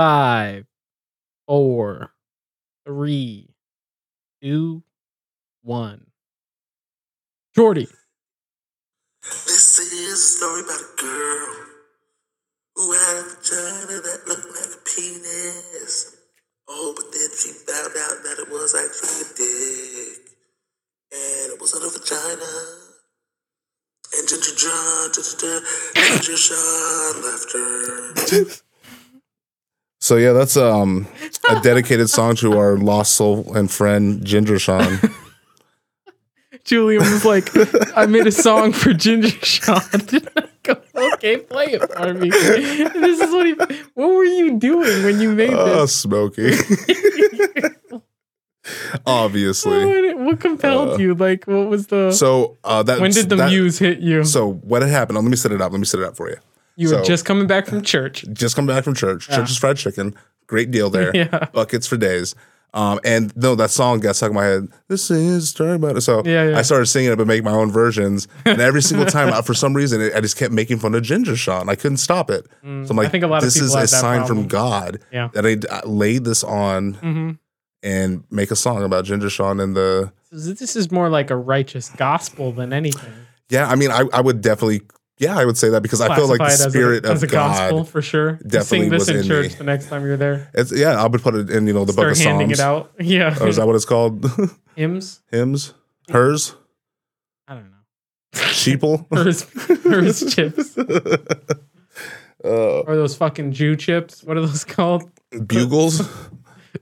Five, four, three, two, one. Jordy. This city is a story about a girl who had a vagina that looked like a penis. Oh, but then she found out that it was actually a dick. And it wasn't a vagina. And Ginger John, Ginger John, Ginger John left her. So yeah, that's um a dedicated song to our lost soul and friend Ginger Sean. Julian was like, I made a song for Ginger Sean. I go, okay, play it for me. And this is what he, what were you doing when you made Oh, this? Smokey. Obviously. What, what compelled Uh, you? Like, what was the, So uh that when did the that- muse hit you? So what had happened? Let me set it up. Let me set it up for you. you were so- just coming back from church. Just come back from church. Church's fried chicken. Great deal there. Yeah. Buckets for days. Um, and no, that song got stuck in my head. This is a story about it. So Yeah, yeah. I started singing it, but make my own versions. And every single time, I, for some reason, it, I just kept making fun of Ginger Sean. I couldn't stop it. So I'm Mm, I like, think a lot of this people is a have that sign problem. from God Yeah. that I, I laid this on Mm-hmm. and make a song about Ginger Sean and the. This is more like a righteous gospel than anything. Yeah, I mean, I, I would definitely, yeah, I would say that because I feel like the Classify it as a- spirit as a, of God. gospel for sure. definitely Sing this was in in church me. the next time you're there. It's, yeah, I would put it in, you know, the book Start of handing Psalms. it out. Yeah, Oh, is that what it's called? hymns. Hymns? Hers? I don't know. Sheeple? Hers, hers chips uh, or those fucking Jew chips. What are those called? bugles?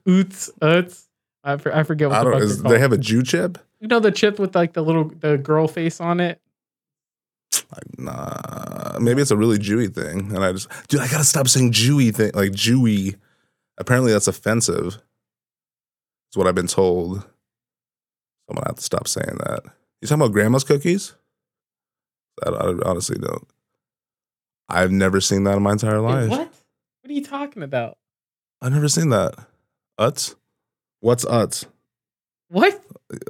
Oots, uts. I, for, I forget what the I don't fuck is, they're called. They have a Jew chip? you know the chip with like the little the girl face on it. Nah. Maybe it's a really Jewy thing. And I just, dude, I got to stop saying Jewy thing. Like, Jewy. Apparently, that's offensive. Is what I've been told. I'm going to have to stop saying that. You talking about grandma's cookies? I, I honestly don't. I've never seen that in my entire Wait, life. what? What are you talking about? I've never seen that. Uts? What's Uts? What?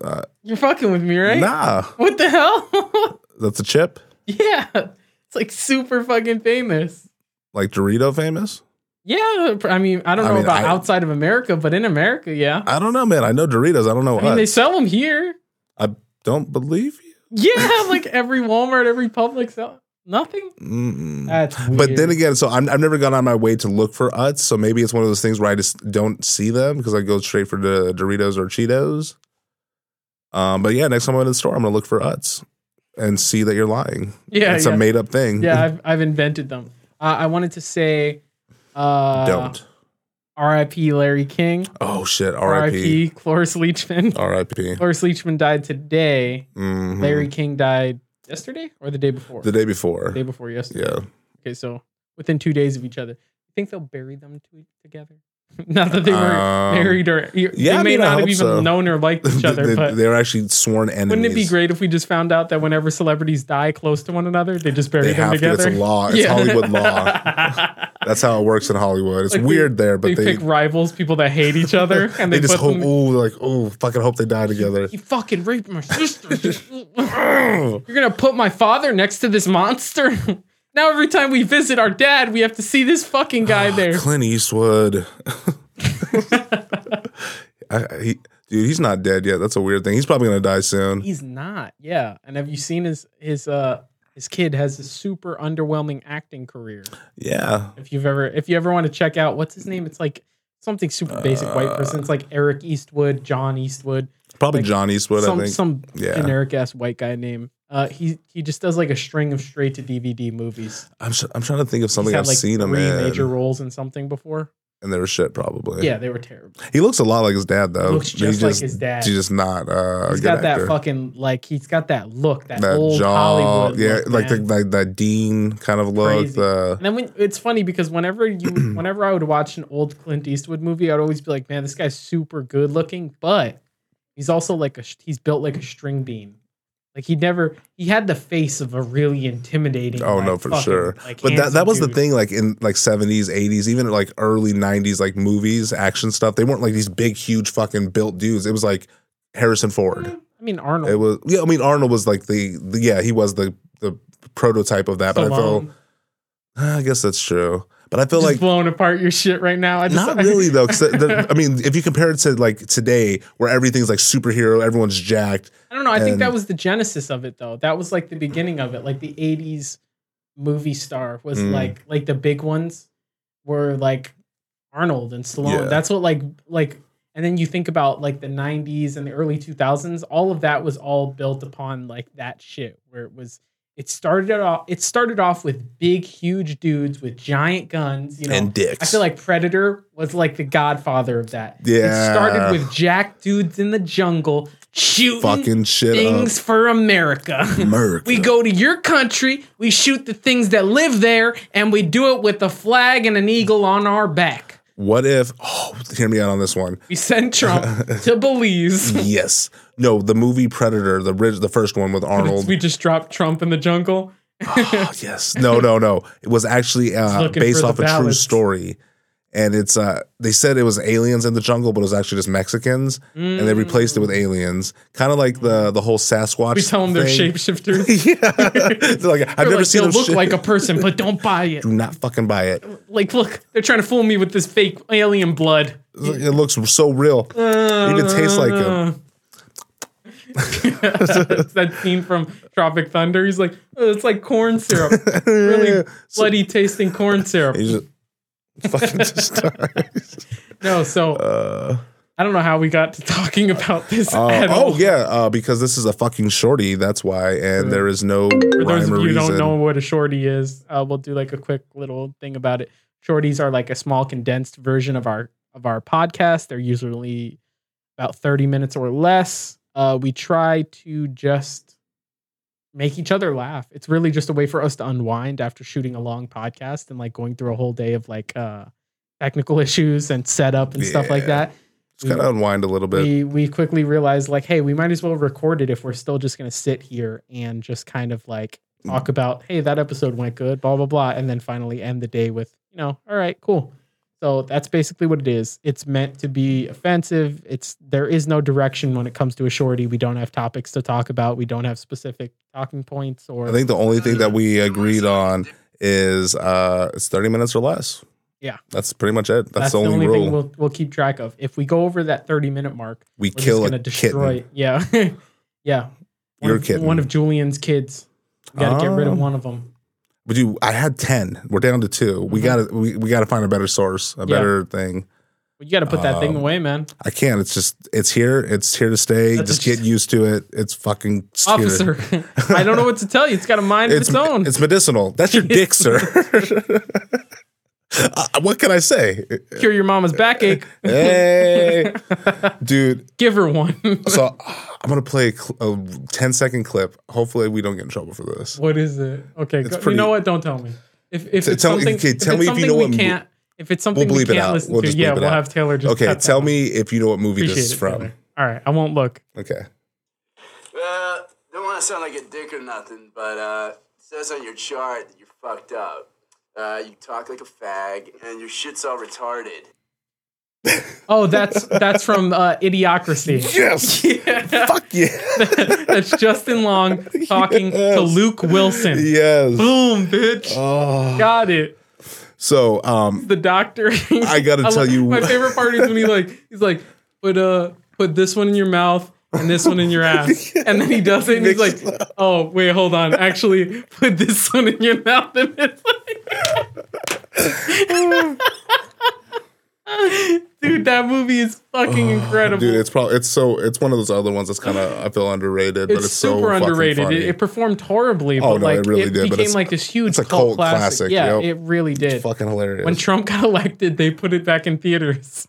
Uh, You're fucking with me, right? Nah, What the hell? that's a chip. yeah, it's like super fucking famous. Like Dorito famous. Yeah, I mean, I don't I know mean, about I- outside of America, but in America, yeah. I don't know, man. I know Doritos. I don't know I mean, they Utz. sell them here. I don't believe you. Yeah, like every Walmart, every Publix, sell nothing. Mm-mm. That's weird. But then again, so I'm, I've never gone on my way to look for Utz. So maybe it's one of those things where I just don't see them because I go straight for the Doritos or Cheetos. Um, but yeah, next time I'm in the store, I'm gonna look for Utz and see that you're lying. yeah, it's yeah, a made up thing. yeah. I've I've invented them. Uh, I wanted to say, uh, don't. R.I.P. Larry King. Oh shit. R.I.P. R.I.P. Cloris Oh. Leachman. R.I.P. Cloris Leachman died today. Mhm. Larry King died yesterday or the day before. The day before. day before yesterday. yeah. Okay, so within two days of each other, you think they'll bury them to, e, together? not that they were Um, married or you- yeah, they I may mean, I not have hope even so. known or liked each other. They- but they're actually sworn enemies. wouldn't it be great if we just found out that whenever celebrities die close to one another, they just bury They them have to. together? It's a law. It's Yeah. Hollywood law. That's how it works in Hollywood. It's Like, they- weird there, they, but they pick rivals, people that hate each other, and they, they, just put hope. them. Oh, like oh, fucking hope they die together. He fucking raped my sister. You're gonna put my father next to this monster. now every time we visit our dad, we have to see this fucking guy there. Clint Eastwood. I, I- he, dude, he's not dead yet. That's a weird thing. He's probably gonna die soon. He's not. Yeah. And have you seen his his uh his kid has a super underwhelming acting career. Yeah. If you've ever if you ever want to check out what's his name, it's like something super basic Uh, white person. It's like Eric Eastwood, John Eastwood, Probably Like, John Eastwood. I some think. some Yeah. generic ass white guy name. Uh, he he just does like a string of straight to DVD movies. I'm sh- I'm trying to think of He's something had I've like seen him three in, major roles in something before. and they were shit probably. Yeah, they were terrible. He looks a lot like his dad though. Looks Oh, He just like his dad. He's just not. Uh, He's a good got that actor. fucking like he's got that look, that, that old jaw, Hollywood. yeah, look, like the, man. like that Dean kind of look. uh, Crazy. The And then when it's funny because whenever you whenever I would watch an old Clint Eastwood movie, I'd always be like, man, this guy's super good looking, but he's also like a sh- he's built like a string bean. Like he never he had the face of a really intimidating. oh like, no, for fucking, sure. like, but that that handsome was the dude. thing, like in like seventies, eighties, even like early nineties, like movies, action stuff. They weren't like these big, huge, fucking built dudes. It was like Harrison Ford. I mean, Arnold. It was yeah. I mean, Arnold was like the, the- yeah, he was the the prototype of that. But I feel Stallone. I guess that's true. But I feel just like blowing apart your shit right now. I just, not really though. 'cause the- the- I mean, if you compare it to like today, where everything's like superhero, everyone's jacked. I don't know. I think that And- was the genesis of it, though. That was like the beginning of it. Like the '80s movie star was Mm. like like the big ones were like Arnold and Stallone. Yeah. That's what like like. And then you think about like the '90s and the early 2000s. All of that was all built upon like that shit, where it was. It started off. It started off with big, huge dudes with giant guns. You know, and dicks. I feel like Predator was like the godfather of that. It Yeah. started with jack dudes in the jungle shooting fucking shit things for America. up. Merc. we go to your country, we shoot the things that live there, and we do it with a flag and an eagle on our back. What if? Oh, hear me out on this one. We send Trump to Belize. yes. No, the movie Predator, the ri- the first one with Arnold. We just dropped Trump in the jungle. Oh, yes. No, no, no. It was actually uh, looking based for off the a true ballots. story. And it's uh they said it was aliens in the jungle, but it was actually just Mexicans, and they replaced it with aliens. Kind of like the the whole Sasquatch. We Mm. tell them they're thing. shapeshifters. yeah. They're like, I've They're never like, seen they'll them look shit. like a person, but don't buy it. Do not fucking buy it. Like, look, they're trying to fool me with this fake alien blood. It looks so real. Uh, It even tastes like them. It's that scene from Tropic Thunder. He's like, "Oh, it's like corn syrup, really bloody tasting corn syrup. He's just fucking just No, so uh, I don't know how we got to talking about this. Uh, at all. oh yeah, uh, because this is a fucking shorty. That's why, and there is no For those rhyme of or you who reason. don't know what a shorty is, uh, we'll do like a quick little thing about it. Shorties are like a small condensed version of our of our podcast. They're usually about thirty minutes or less. Uh, we try to just make each other laugh. It's really just a way for us to unwind after shooting a long podcast and like going through a whole day of like uh, technical issues and setup and stuff like Yeah. that. Just gotta unwind a little bit. we we quickly realized like hey we might as well record it if we're still just going to sit here and just kind of like Mm. talk about hey that episode went good blah blah blah and then finally end the day with you know all right cool so that's basically what it is it's meant to be offensive it's there is no direction when it comes to a shorty we don't have topics to talk about we don't have specific talking points or I think the only thing that we agreed on is uh, it's thirty minutes or less. Yeah. that's pretty much it. that's That's, the only, rule. thing we'll, we'll keep track of if we go over that 30 minute mark we we're kill just a gonna destroy. kitten. Yeah, yeah. One Your of, kitten. One of Julian's kids. We gotta get rid of Um, one of them. But you, I had ten. We're down to 2 We Mhm. gotta we, we gotta find a better source, a better thing. But you gotta put that thing um, away, man. I can't. It's just it's here. It's here to stay. That's just what you get used to it. It's fucking it's here. Officer, I don't know what to tell you. It's got a mind of its, It's own. it's medicinal. That's your dick, sir. Uh, what can I say? Cure your mama's backache. Hey, dude. Give her one. So uh, I'm gonna play a, cl- a 10 second clip. Hopefully, we don't get in trouble for this. what is it? Okay, It's go, you pretty- know what? Don't tell me. If if T- it's tell me- something, okay, if tell it's me if you something know we what mo- can't. If it's something We'll we bleep it can't out. listen We'll to, just bleep yeah, it we'll out. have Taylor just. Okay, cut that tell one. me if you know what movie Appreciate this is it, from. Taylor. All right, I won't look. Okay. Uh, don't want to sound like a dick or nothing, but uh, it says on your chart that you're fucked up. Uh, you talk like a fag, and your shit's all retarded. Oh, that's that's from uh, Idiocracy. Yes. Fuck yeah. that's Justin Long talking to Yes. Luke Wilson. yes. Boom, bitch. Oh. Got it. So, um, The doctor. I gotta tell like- you- my favorite part is when he like he's like put uh put this one in your mouth and this one in your ass, and then he does it, and he's Mix like, oh wait, hold on, actually put this one in your mouth, and it's like. Dude, that movie is fucking incredible. Oh, dude, it's probably it's so it's one of those other ones that's kind of I feel underrated, but it's, it's so super fucking underrated. funny. It, it performed horribly, Oh, but no, like it really did, but became it's- like this huge it's a cult, cult classic. classic, Yeah, yep. it really did. fucking hilarious. When Trump got elected, they put it back in theaters.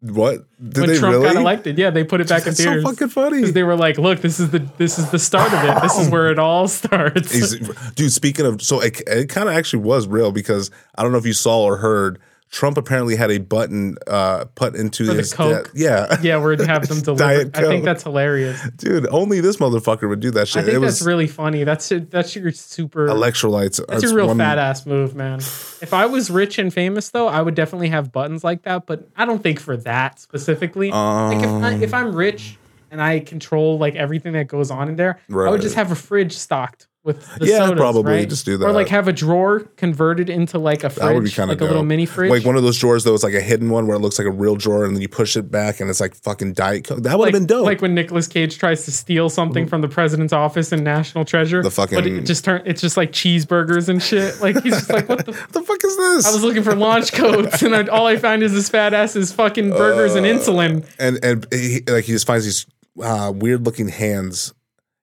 what did when they Trump really? got elected, yeah, they put it back in that's so theaters. fucking funny. 'Cause they were like, "Look, this is the this is the start of it. This is where it all starts." He's, dude, speaking of, so it, it kind of actually was real because I don't know if you saw or heard, Trump apparently had a button uh, put into the his Coke? yeah, yeah, we're to have them deliver. Diet I think Coke. that's hilarious. dude, only this motherfucker would do that I shit. think It that's was really funny. That's it- that's your super. electrolytes. That's It's a real one- fat ass move, man. If I was rich and famous, though, I would definitely have buttons like that. But I don't think for that specifically. like if, I, if I'm rich and I control like everything that goes on in there, I would just have a fridge stocked with the Yeah, sodas, probably right? just do Or that. like have a drawer converted into like a fridge, would be kinda like a little dope. mini fridge. Like one of those drawers though, it's like a hidden one where it looks like a real drawer, and then you push it back, and it's like fucking diet coke. That would like, have been dope. Mm. like when Nicolas Cage tries to steal something from the president's office in National Treasure. The but fucking- it just turn it's just like cheeseburgers and shit. Like he's just like, what the what the fuck is this? I was looking for launch codes, and I, all I find is this fat ass's fucking burgers Uh, and insulin. and and he, like he just finds these uh, weird looking hands,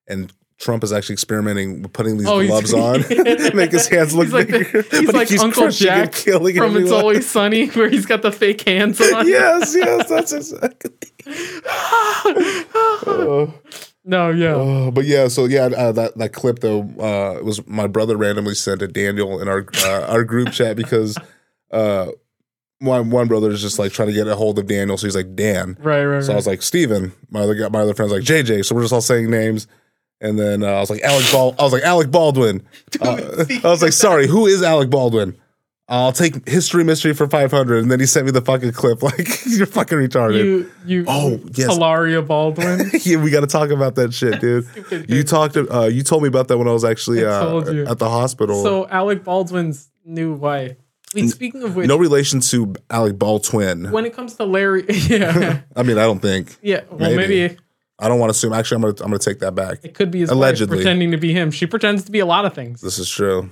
and Trump is actually experimenting with putting these Oh, he's- gloves on, make his hands look He's like, the, bigger. he's but he like keeps Uncle crushing and Jack from killing It's everyone. Always Sunny, where he's got the fake hands on. yes, yes, that's exactly. Oh. No, yeah. Oh, but yeah, so yeah, uh, that that clip though uh, was my brother randomly sent to Daniel in our uh, our group chat because uh, one one brother is just like trying to get a hold of Daniel, so he's like Dan. Right, right, right. So I was like Steven. My other guy, my other friends like JJ. So we're just all saying names, and then uh, I was like Alec Bal- I was like Alec Baldwin. Uh, I was like, sorry, who is Alec Baldwin? I'll take history mystery for five hundred, and then he sent me the fucking clip. Like you're fucking retarded. you, you. Oh, yes. Hilaria Baldwin. yeah, we got to talk about that shit, dude. Stupid You thing. talked. Uh, you told me about that when I was actually I uh, told you. at the hospital. so Alec Baldwin's new wife. Wait, speaking of which, no relation to Alec Baldwin. when it comes to Larry, yeah, I mean, I don't think. yeah. Well, Maybe. maybe, I don't want to assume. Actually, I'm gonna. I'm gonna take that back. it could be his Allegedly. wife pretending to be him. She pretends to be a lot of things. This is true.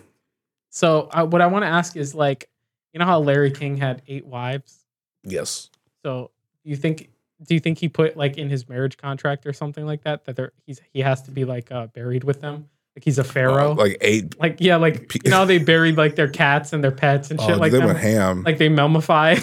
So I, what I want to ask is like, you know how Larry King had eight wives? Yes. So you think do you think he put like in his marriage contract or something like that that there he's he has to be like uh, buried with them? Like he's a pharaoh? Uh, like, like eight. yeah, like Pe- you know how they buried like their cats and their pets and Oh, shit like they that. went ham. Like they mummify,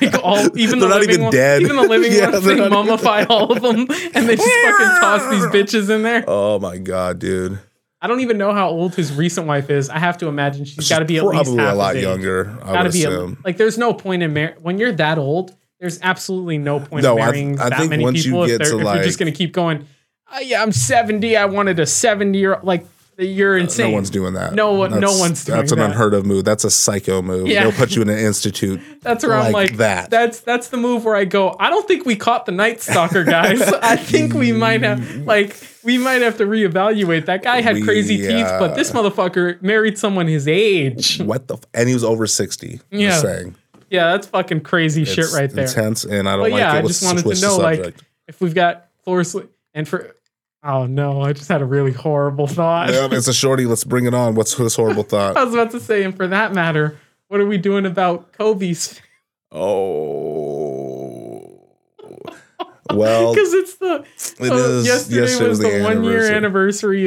like all even the They're not living even one- dead. Even the living Yeah, ones, they they're not even mummify all of them, and they just fucking toss these bitches in there. oh my god, dude. I don't even know how old his recent wife is. I have to imagine she's got to be at probably least half a lot his age. younger. I gotta would be a, assume. like there's no point in mar- when you're that old there's absolutely no point No, in I- marrying I that think many once you people if, get they're, to, if you're just like- gonna keep going "Oh, yeah i'm 70 i wanted a 70 year like you're insane No one's doing that. No one- no one's doing That's an that. unheard of move. That's a psycho move. Yeah. They'll put you in an institute. that's where i'm like like that. that's that's the move where i go i don't think we caught the night stalker guys i think we might have like we might have to reevaluate that guy had We, crazy teeth uh, but this motherfucker married someone his age what the? F- and he was over sixty. Yeah. Yeah. Just saying. yeah that's fucking crazy shit It's right there Intense, and I don't But like yeah, it. I Let's just wanted switch to the know, like, subject. if we've got Flores and for oh no, I just had a really horrible thought. Yep, it's a shorty. Let's bring it on. What's this horrible I thought? was about to say, and for that matter, what are we doing about Kobe's? Oh. Well, Because it's the It so is- yesterday yesterday was was the the one year anniversary. Mm.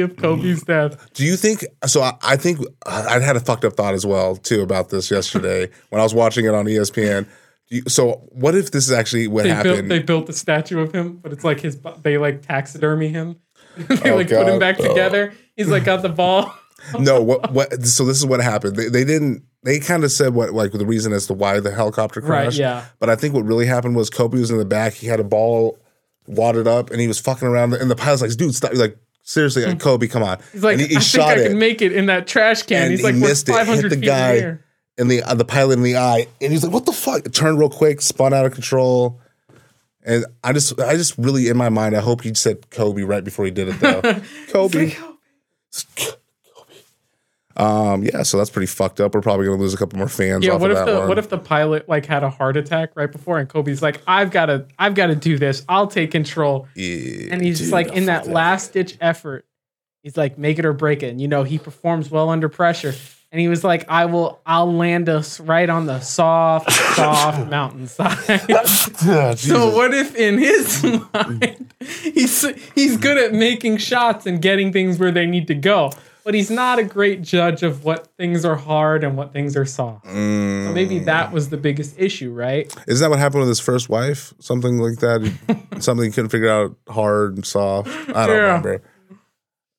anniversary of Kobe's death. do you think? So I, I think I, I had a fucked up thought as well too about this yesterday when I was watching it on E ESPN. Do you, so what if this is actually what They built happened? they built the statue of him, but it's like his bo- they like taxidermy him. they Oh, like put him God. back Oh. together. He's like got the ball. no, what what? So this is what happened. They, they didn't. They kind of said what like the reason as to why the helicopter crashed. Right, yeah. But I think what really happened was Kobe was in the back. He had a ball wadded up, and he was fucking around. And the pilot's like, "Dude, stop!" He's like, "Seriously, like, Kobe, come on!" Hmm. He's like, and he, he I think shot I it, can make it in that trash can. And he's he like, we're missed it, hit 500 the feet guy. in the air. and the uh, the pilot in the eye, and he's like, "What the fuck?" Turned real quick, spun out of control. And I just, I just really in my mind, I hope he said Kobe right before he did it though. Kobe. Um, yeah, so that's pretty fucked up. We're probably gonna lose a couple more fans. Yeah, off what of if that the one. what if the pilot like had a heart attack right before and Kobe's like, I've gotta I've gotta do this, I'll take control. Yeah, And he's just dude, like I in that fucked up. last ditch effort, he's like, make it or break it. And you know, he performs well under pressure. And he was like, I will I'll land us right on the soft, soft mountainside. Yeah, so Jesus. what if in his mind he's he's good at making shots and getting things where they need to go, but he's not a great judge of what things are hard and what things are soft. Mm. So maybe that was the biggest issue, right? Isn't that what happened with his first wife? Something like that. He- Something he couldn't figure out hard and soft. I don't Yeah. remember.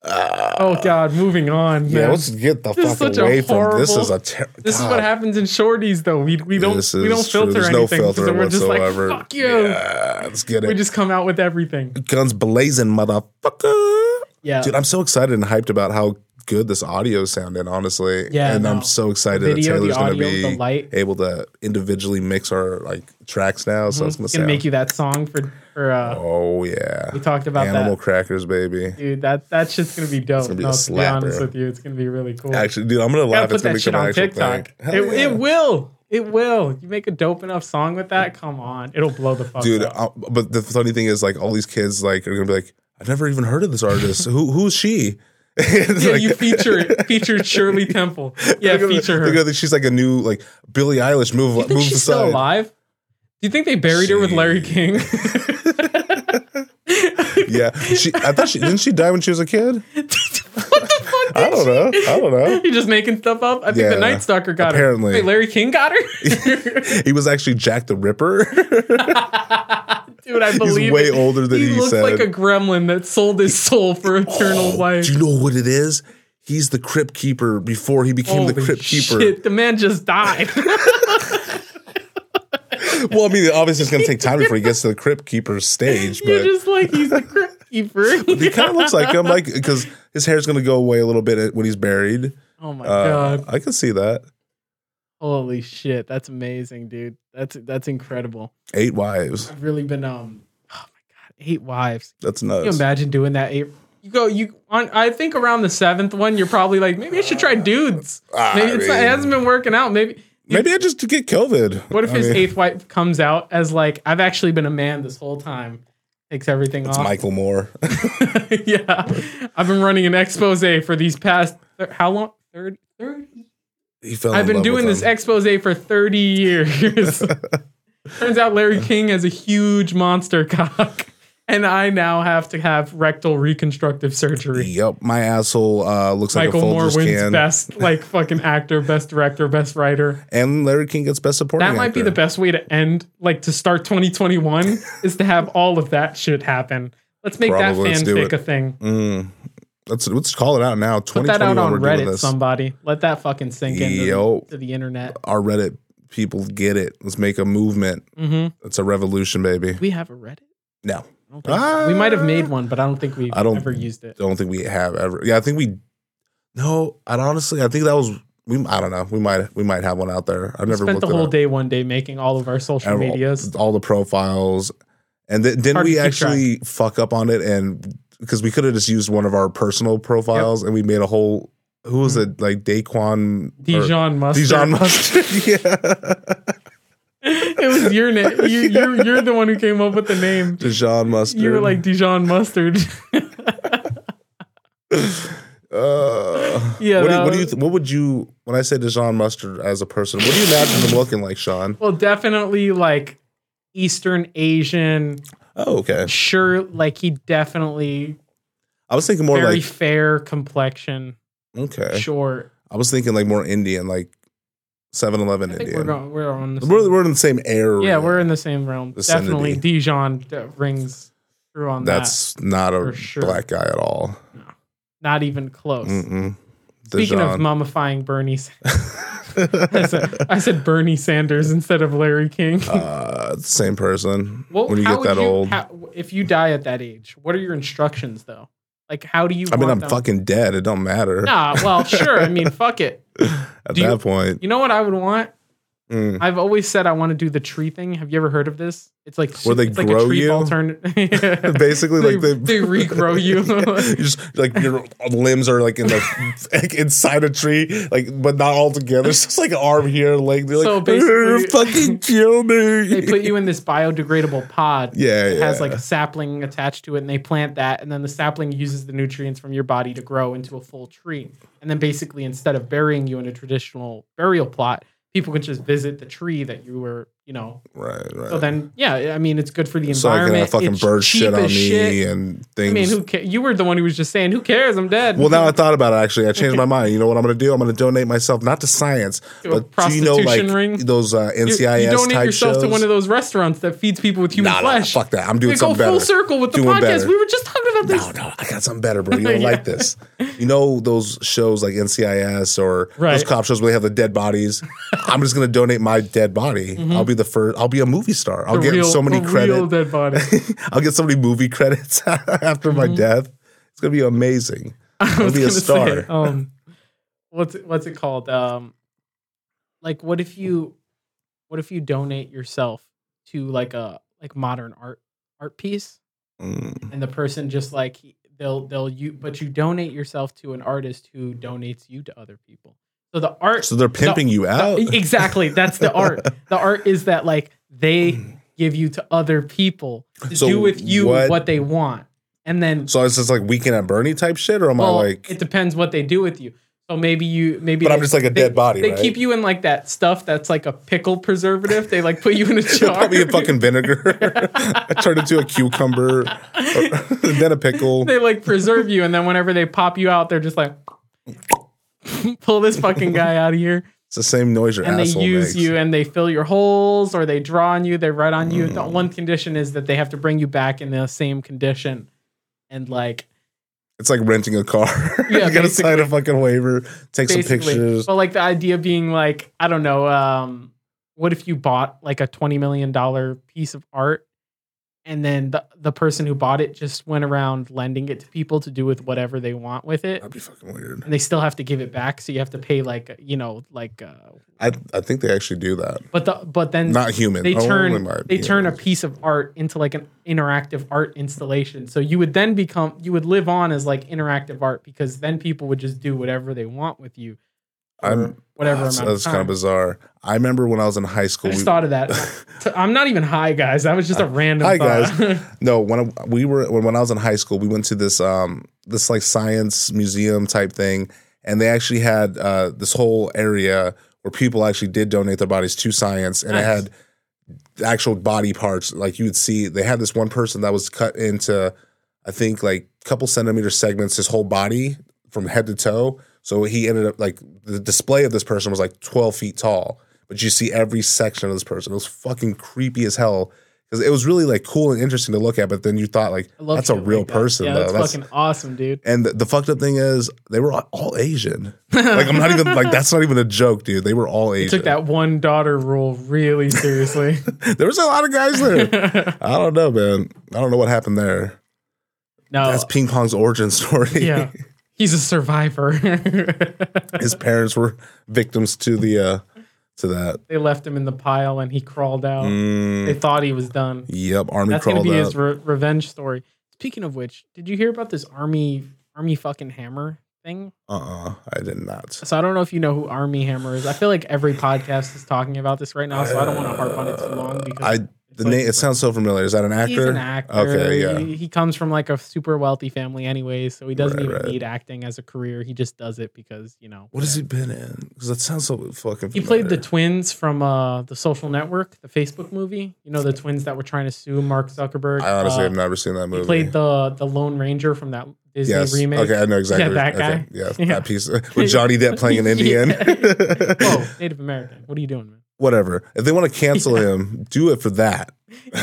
Oh God, moving on. Yeah, man. let's get the This is fuck such a away from this. Is horrible- a ter- this is God. what happens in shorties though. We we don't This we don't is true. filter There's anything. no filter so we're just like whatsoever. fuck you. Yeah, let's get We it. just come out with everything. Guns blazing, motherfucker. Yeah. Dude, I'm so excited and hyped about how good this audio sounded, honestly. Yeah, and no. I'm so excited Video, that the Taylor's going to audio, the be light. able to individually mix our like tracks now. So it's Mhm. going It's to sound. gonna make you that song for for uh, oh yeah, we talked about animal that. crackers, baby. Dude, that that shit's gonna be dope. gonna be no, a to be honest slapper. with you, it's gonna be really cool. Actually, dude, I'm going to gotta laugh. put It's going that to shit become an on actual TikTok. thing. Hell It, yeah. it will. It will. You make a dope enough song with that. Come on, it'll blow the fuck dude. up. I, but the funny thing is, like, all these kids like are gonna be like, I've never even heard of this artist. Who who's she? It's Yeah, like- you feature feature Shirley Temple. Yeah, They're gonna- feature they're her. gonna think she's like a new like Billie Eilish. Move Do you think move she's still aside. alive? Do you think they buried her with Larry King? Yeah, she. I thought she didn't she die when she was a kid. what the fuck? I don't know. I don't know. You're just making stuff up. I think the Yeah, Night Stalker got apparently. her. Wait, Larry King got her. He was actually Jack the Ripper. Dude, I believe He's way it. older than He he, looks said. like a gremlin that sold his soul for eternal Oh, life. Do you know what it is? He's the Crypt Keeper before he became the Oh, Holy Crypt Keeper. Shit, the man just died. Well, I mean, obviously it's gonna take time before he gets to the Crypt Keeper stage. But You're just like he's the crypt keeper. he kind of looks like him, like because his hair's gonna go away a little bit when he's buried. oh my Uh, god! I can see that. Holy shit, that's amazing, dude. That's that's incredible. Eight wives. I've really been um. Oh my god, eight wives. That's Can you nuts. imagine doing that? Eight. You go. You on. I think around the seventh one, you're probably like, maybe I should try dudes. I Maybe it's not, it mean- hasn't been working out. Maybe. Maybe I just get COVID. What if I his mean, eighth wife comes out as like, I've actually been a man this whole time, takes everything It's off. Michael Moore. yeah, I've been running an expose for these past thir- how long? Thirty. Thirty. he fell. I've in been love with doing this him. expose for thirty years. Turns out Larry King has a huge monster cock, and I now have to have rectal reconstructive surgery. Yep, my asshole uh, looks Michael like a Moore Folgers wins can. best, like fucking actor, best director, best writer. And Larry King gets best supporting. That might be actor. the best way to end, like to start 2021, is to have all of that shit happen. Let's make Probably, that let's do fanfic it. a thing. Mm. Let's let's call it out now. Put Twenty that twenty out on one. We're doing Reddit, this. somebody. Let that fucking sink into Yo. the, to the internet. Our Reddit people get it. Let's make a movement. hmm It's a revolution, baby. We have a Reddit. No, I don't think so. we might have made one, but I don't think we've Ah. I don't- ever used it. don't think we have ever. Yeah, I think we. No, I honestly, I think that was we. I don't know. We might we might have one out there. I've We never spent looked the it whole up. day one day making all of our social Ever- medias. all the profiles, and then didn't Hard we to keep track. actually fuck up on it and because we could have just used one of our personal profiles and we made a whole. Who was it? Like Daquan Mm. or- Dijon mustard. Dijon mustard. yeah, it was your name. You, you're, you're the one who came up with the name. Dijon mustard. You were like Dijon mustard. uh, Yeah, What do, you, that what do you? was- th- What would you? When I say Dijon mustard as a person, what do you imagine him looking like, Sean? well, definitely like Eastern Asian. Oh, okay. Sure, like he definitely I was thinking more very like fair complexion, okay. short. I was thinking like more Indian, like 7-Eleven I Indian. think we're going, we're on the same- We're, we're in the same area. yeah, we're in the same realm. Vicinity. Definitely, Dijon d- rings through on that. That's not for a sure. black guy at all. Not even close. Mm-mm. Speaking of Mm, Dijon. mummifying Bernie, Sa- I, said, I said Bernie Sanders instead of Larry King. uh, same person. Well, when you how get that would you- old, how- if you die at that age, what are your instructions though? Like, how do you? I mean, want I'm them- fucking dead. It don't matter Nah, well, sure. I mean, fuck it. at that do you- point. You know what I would want? Mm. I've always said I want to do the tree thing. Have you ever heard of this? It's like Where they it's like grow a tree you? alternative. Basically, like they, they, they regrow You you. just like your limbs are like in the like, inside a tree, like but not all together. It's just like an arm here, leg. They're like, So basically- "Urgh, fucking kill me. they put you in this biodegradable pod. yeah, It yeah. has like a sapling attached to it, and they plant that, and then the sapling uses the nutrients from your body to grow into a full tree. And then basically, instead of burying you in a traditional burial plot, people can just visit the tree that you were, you know. right, right. So then, yeah, I mean, it's good for the Uh, so I can environment. have fucking it's bird cheap shit on as me shit. and I things. mean, who ca- you were the one who was just saying, "Who cares? I'm dead." Well, now I thought about it. Actually, I changed my mind. You know what I'm going to do? I'm going to donate myself not to science, To a but do you know like prostitution ring? those uh, You- NCIS you donate type yourself shows? to one of those restaurants that feeds people with human nah, nah, flesh. fuck that. I'm doing we go something full better. circle with the Doing podcast. better. We were just talking about this. no, no, I got something better, bro. You don't Yeah. like this. You know those shows like NCIS or Right. those cop shows where they have the dead bodies. I'm just going to donate my dead body. I'll be the first. I'll be a movie star. I'll Mm-hmm. The get real- so many the Real credits. dead body. Mm-hmm. I'll get so many movie credits after my death. It's going to be amazing. I Go was be a gonna say, star. um, what's it- what's it called? Um, like what if you, what if you donate yourself to like a like modern art art piece, Mm, and the person just like he- they'll they'll you, but you donate yourself to an artist who donates you to other people. So the art, So they're pimping you the- e, out. exactly. That's the art. the art is that like they give you to other people to So do with you what- what they want, and then So it's just like weekend at Bernie type shit, or am well, I like? it depends what they do with you. So maybe you maybe but they, I'm just like a they- dead body. they right? keep you in like that stuff that's like a pickle preservative. They like put you in a They'll jar. put me in fucking vinegar. I turn into a cucumber, then a pickle. they like preserve you, and then whenever they pop you out, they're just like pull this fucking guy out of here, It's the same noise your and they asshole use makes. you, and they fill your holes, or they draw on you, they write on you. Mm. The one condition is that they have to bring you back in the same condition, and like It's like renting a car. Yeah, you gotta sign a fucking waiver, take some pictures. But like the idea being like, I don't know, um, what if you bought like a twenty million dollar piece of art and then the, the person who bought it just went around lending it to people to do with whatever they want with it. That'd be fucking weird. And they still have to give it back, so you have to pay like you know, like uh I I think they actually do that. but the but then Not human. Oh, they Only turn my- they yeah. turn a piece of art into like an interactive art installation. So you would then become you would live on as like interactive art because then people would just do whatever they want with you. for I'm- whatever That's, amount Ah, of that's kind time. of bizarre. I remember when I was in high I school. just we- thought of that. T- I'm not even high, guys. That was just a random. Ah, Hi, thought. No, when I, we were when, when I was in high school, we went to this um this like science museum type thing, and they actually had uh this whole area where people actually did donate their bodies to science, and it Nice. had actual body parts like you would see. They had this one person that was cut into, I think like couple centimeter segments, his whole body from head to toe. So he ended up like the display of this person was like twelve feet tall, but you see every section of this person. It was fucking creepy as hell because it was really like cool and interesting to look at. But then you thought like I love that's a shit like real that. person Yeah, though. that's, That's- fucking awesome, dude. and the, the fucked up thing is they were all- all Asian. Like I'm not even like that's not even a joke, dude. They were all Asian. Took that one daughter rule really seriously. There was a lot of guys there. no, I don't know, man. I don't know what happened there. That's ping pong's origin story. Oh. yeah, he's a survivor. his parents were victims to the uh to that. they left him in the pile, and he crawled out. They Mm, thought he was done. yep, army Oh. That's gonna crawled be up. his re- revenge story. Speaking of which, did you hear about this army army fucking hammer thing? uh-uh, I did not. So I don't know if you know who Army Hammer is. I feel like every podcast is talking about this right now, so I don't want to harp on it too long. Because I it's the like- name. It sounds so familiar. Is that an actor? He's an actor. Okay, yeah. He, he comes from like a super wealthy family, anyway, so he doesn't Right, even right. need acting as a career. He just does it because you know. What has he been in? Because that sounds so fucking. Familiar. He played the twins from uh, the Social Network, the Facebook movie. You know the twins that were trying to sue Mark Zuckerberg. I honestly Uh, have never seen that movie. He played the the Lone Ranger from that Disney yes. remake. Okay, I know exactly. Yeah, that okay. guy. Yeah, Yeah. that piece with Johnny Depp playing an Indian. Whoa, Native American. What are you doing, man? Whatever. If they want to cancel him, do it for that.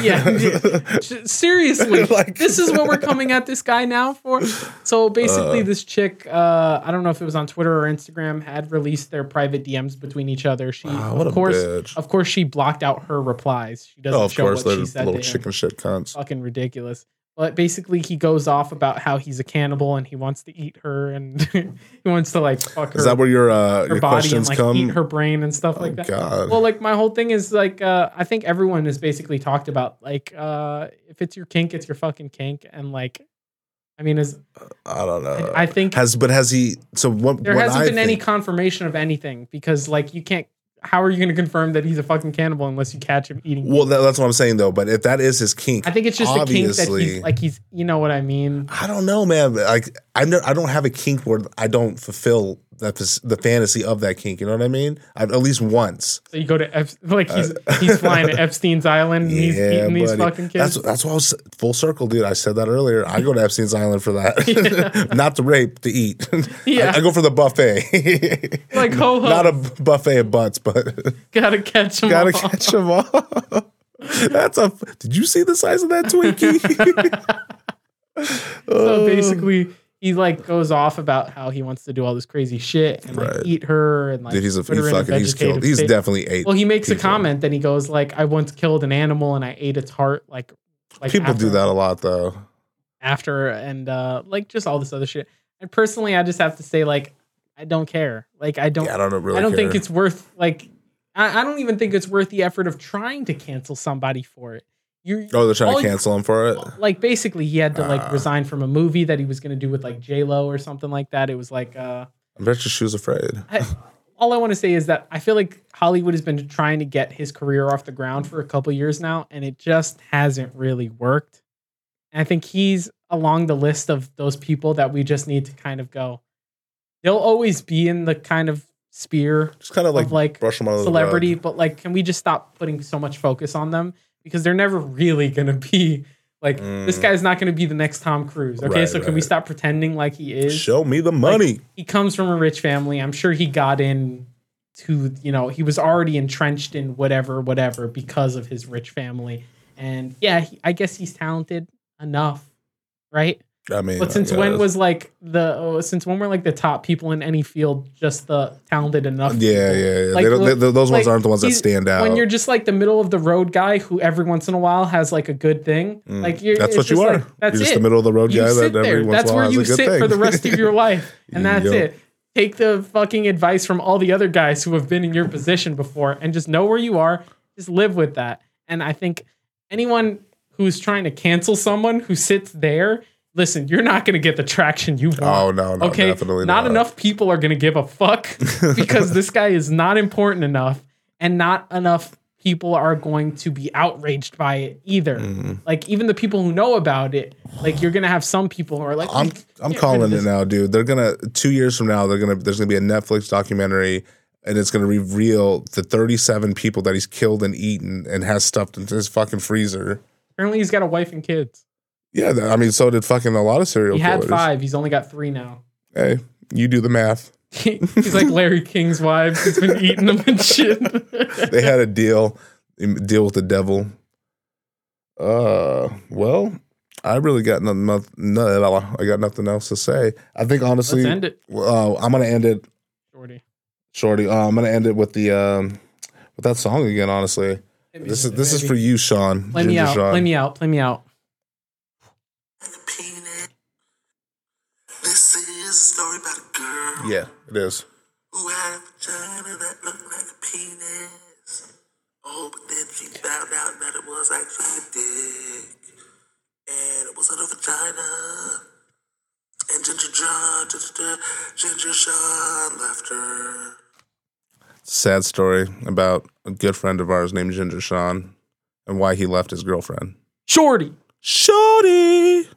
yeah. J- Seriously, Like- this is what we're coming at this guy now for. So basically, this chick, uh, I don't know if it was on Twitter or Instagram, had released their private DMs between each other. She, Ah, of what a course, bitch. of course, she blocked out her replies. She doesn't Oh, of show course, what they're she said little to him. Uh, chicken shit cunts. Fucking ridiculous. But basically, he goes off about how he's a cannibal and he wants to eat her and he wants to like fuck her, Is that where your uh, her body your and questions like come? eat her brain and stuff oh like that. God. Well, like my whole thing is like uh, I think everyone has basically talked about like uh, if it's your kink, it's your fucking kink, and like I mean, is I don't know. I think Uh, has but has he? So what? there what hasn't I been any think- confirmation of anything because like you can't. How are you going to confirm that he's a fucking cannibal unless you catch him eating? Well, that, that's what I'm saying though. But if that is his kink, I think it's just a kink that obviously- he's like he's. You know what I mean? I don't know, man. Like I, ne- I don't have a kink where I don't fulfill that fas- the fantasy of that kink. You know what I mean? I've, at least once. So you go to Ep- like he's he's flying to Epstein's island and he's Yeah, eating these buddy. fucking kids. That's that's why I was full circle, dude. I said that earlier. I go to Epstein's Island for that, not to rape, to eat. I- Yeah. I, go for the buffet. Like, ho, ho. Not a b- buffet of butts, but gotta catch him. gotta all. catch them all. That's a. f- Did you see the size of that Twinkie? so Oh. basically he like goes off about how he wants to do all this crazy shit and like Right. eat her and like Dude, he's a put her he's in fucking he's vegetative killed. He's state. definitely eight. well he makes a people. comment then he goes like i once killed an animal and i ate its heart like like People after, do that a lot though. after and uh like just all this other shit And personally, I just have to say, like, I don't care. Like, I don't. yeah, I don't really. I don't think care. it's worth like. I, I don't even think it's worth the effort of trying to cancel somebody for it. You Oh, they're trying all to you- cancel him for it. like basically he had to like Ah. resign from a movie that he was going to do with like J Lo or something like that. It was like uh, I bet you she was afraid. I, all I want to say is that I feel like Hollywood has been trying to get his career off the ground for a couple years now, and it just hasn't really worked. And I think he's along the list of those people that we just need to kind of go. They'll always be in the kind of sphere Just kind of like, of like brush him out of celebrity, the rug. but like, can we just stop putting so much focus on them because they're never really gonna be like this Mm. guy's not gonna be the next Tom Cruise. Okay, Right, so can we right. stop pretending like he is? Show me the money. He comes from a rich family. I'm sure he got in to you know he was already entrenched in whatever whatever because of his rich family. And yeah, he, I guess he's talented enough, right? I mean, But I since when guess. was like the oh, since when were like the top people in any field just the talented enough? Yeah, yeah, people? yeah. Like, they don't, look- they- those ones like, aren't the ones that he's- stand out. when you're just like the middle of the road guy who every once in a while has like a good thing. Mm. Like you're, that's it's what you just are. like, that's you're just it. the middle of the road you guy sit that there. every once in That's a where while you has a good sit thing. for the rest of your life, and that's Yup. it. Take the fucking advice from all the other guys who have been in your position before, and just know where you are. Just live with that. And I think anyone who's trying to cancel someone who sits there, listen, you're not going to get the traction you want oh no, no, okay, definitely not, enough people are going to give a fuck because this guy is not important enough, and not enough people are going to be outraged by it either. Mm-hmm. Like even the people who know about it, like you're going to have some people who are like, I'm I'm rid of calling it this. now, dude. They're gonna two years from now. They're gonna there's gonna be a Netflix documentary, and it's gonna reveal the 37 people that he's killed and eaten and has stuffed into his fucking freezer. apparently he's got a wife and kids. Yeah, th- I mean, so did fucking a lot of serial He had killers. five. He's only got three now. Hey, you do the math. he's like Larry King's wives. He's been eating them and shit. They had a deal, um, deal with the devil. Uh, well, I really got nothing. noth- No, I got nothing else to say. I think honestly, Let's end it, uh, I'm gonna end it Jordy. Shorty. Uh, I'm gonna end it with the um, with that song again. Honestly, this is this is for you, Sean. Play me Ginger out. Sean. Play me out. Play me out. penis. This is a story about a girl Yeah, it is. who had a vagina that looked like a penis. Oh, but then she found out that it was actually a dick. And it wasn't a vagina. And Ginger John, Ginger, John- Ginger Sean left her. Sad story about a good friend of ours named Ginger Sean and why he left his girlfriend. Shorty. Shorty.